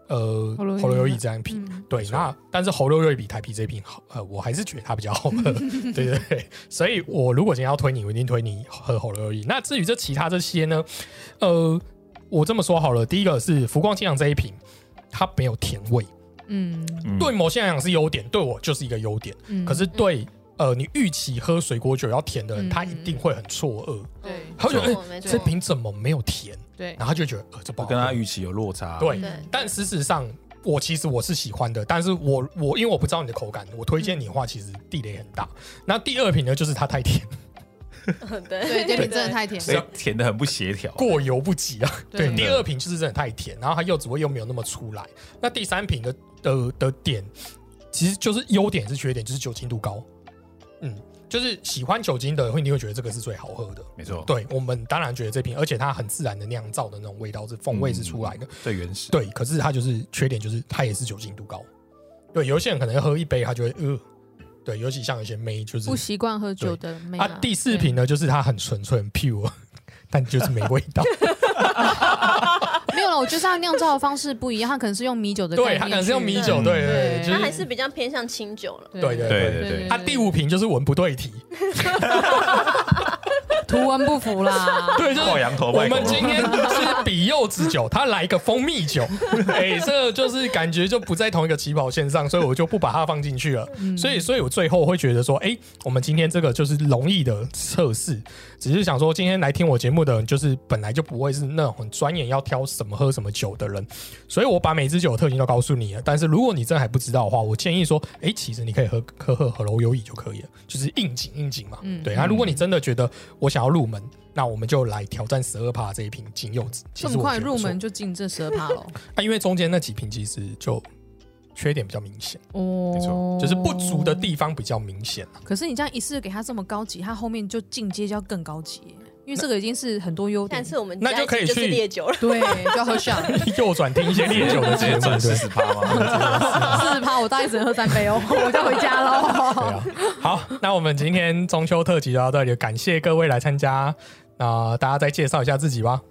A: 呃
C: 喉咙
A: 喉咙优
C: 饮
A: 益这样瓶。
C: 嗯
A: 对，那但是喉咙优益比台啤这瓶好，呃，我还是觉得它比较好喝。 对对对，所以我如果今天要推你，我一定推你喝喉咙优益。那至于这其他这些呢，呃，我这么说好了，第一个是浮光清扬这一瓶。它没有甜味，
C: 嗯
E: 嗯
A: 对某些人来讲是优点，对我就是一个优点。
C: 嗯，
A: 可是对呃，你预期喝水果酒要甜的人，
C: 嗯
A: 他一定会很错愕，
C: 对
A: 他会觉
D: 没
A: 得
D: 错
A: 哎
D: 没错
A: 这瓶怎么没有甜，
C: 对
A: 然后他就觉得呃这不
E: 我
A: 好
E: 跟他
A: 喝。
E: 预期有落差。
A: 对
D: 对
A: 但事实上，我其实我是喜欢的，但是我我因为我不知道你的口感，我推荐你的话，其实地雷很大。那第二瓶呢，就是它太甜，
D: 对
C: 对，这瓶真的太甜，
E: 所以甜的很不协调。
A: 啊过犹不及啊。
C: 对
A: 对，第二瓶就是真的太甜，然后它柚子味又没有那么出来。那第三瓶的的的点，其实就是优点是缺点，就是酒精度高。嗯，就是喜欢酒精的会，你会觉得这个是最好喝的。
E: 没错，
A: 对我们当然觉得这瓶，而且它很自然的酿造的那种味道是风味是出来的。
E: 最原始。
A: 对，可是它就是缺点，就是它也是酒精度高。对，有一些人可能喝一杯，他就会呃，对，尤其像有些妹就是
C: 不习惯喝酒的妹
A: 啊，第四瓶呢，就是它很纯粹很 pure，但 就是没味道。
C: 对没有了，我觉得它酿造的方式不一样，它可能是用米酒的概
A: 对，
C: 念
A: 它
C: 去，
A: 可能是用米酒，
E: 嗯
A: 对
C: 对
A: 对，就
D: 它还是比较偏向清酒了。
C: 对
A: 对对对
E: 对对
A: 啊，第五瓶就是文不对题，
C: 图文不符啦，
A: 对，就是
E: 挂羊头
A: 我
E: 卖狗
A: 们
E: 肉
A: 今天是比柚子酒，他来一个蜂蜜酒， 哎、这就是感觉就不在同一个起跑线上，所以我就不把它放进去了。
C: 嗯
A: 所以，所以我最后会觉得说，哎、我们今天这个就是容易的测试，只是想说今天来听我节目的人，就是本来就不会是那种很专业要挑什么喝什么酒的人，所以我把每支酒的特性都告诉你了。但是如果你真的还不知道的话，我建议说，哎、其实你可以喝喝喝和楼优饮就可以了，就是应景应景嘛。
C: 嗯
A: 对啊，如果你真的觉得我想要入门，那我们就来挑战十二趴这一瓶金柚子。其
C: 这
A: 实
C: 么
A: 我
C: 快
A: 觉得
C: 入
A: 不错
C: 门，就进这十二趴了，
A: 啊、因为中间那几瓶其实就缺点比较明显，
C: 哦，
A: 就是不足的。
C: 因为这个已经是很多优
D: 下
C: 点。
D: 次我们
A: 那就可以
D: 下一集就
A: 去
D: 是烈酒了。
C: 对，就要喝下
A: 右转听一些烈酒的
E: 直
A: 节
E: 接
A: 目，
E: 转四
A: 对
E: 十趴吗？
C: 四十趴，我大概只能喝三杯哦，我就回家
A: 对
C: 喽。
A: 啊。好，那我们今天中秋特辑就到这里，感谢各位来参加。那、大家再介绍一下自己吧。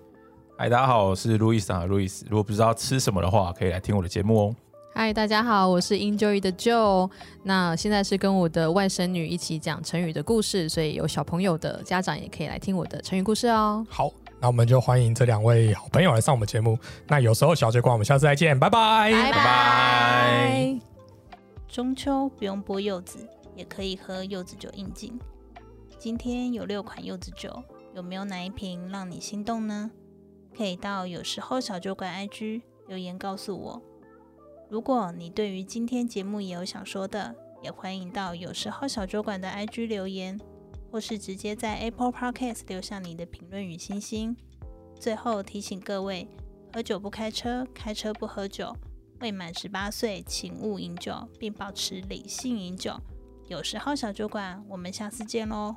E: 嗨，大家好，我是路易斯啊，路易斯。如果不知道吃什么的话，可以来听我的节目哦。
C: 嗨，大家好，我是 Enjoy 的 Joe。那现在是跟我的外甥女一起讲成语的故事，所以有小朋友的家长也可以来听我的成语故事哦。
A: 好，那我们就欢迎这两位好朋友来上我们节目。那有时候小酒馆，我们下次再见，拜拜。
C: 拜拜。
B: 中秋不用剥柚子，也可以喝柚子酒应景。今天有六款柚子酒，有没有哪一瓶让你心动呢？可以到有时候小酒馆 IG 留言告诉我。如果你对于今天节目也有想说的，也欢迎到有时候小酒馆的 IG 留言，或是直接在 Apple Podcast 留下你的评论与星星。最后提醒各位，喝酒不开车，开车不喝酒。未满十八岁，请勿饮酒，并保持理性饮酒。有时候小酒馆，我们下次见喽。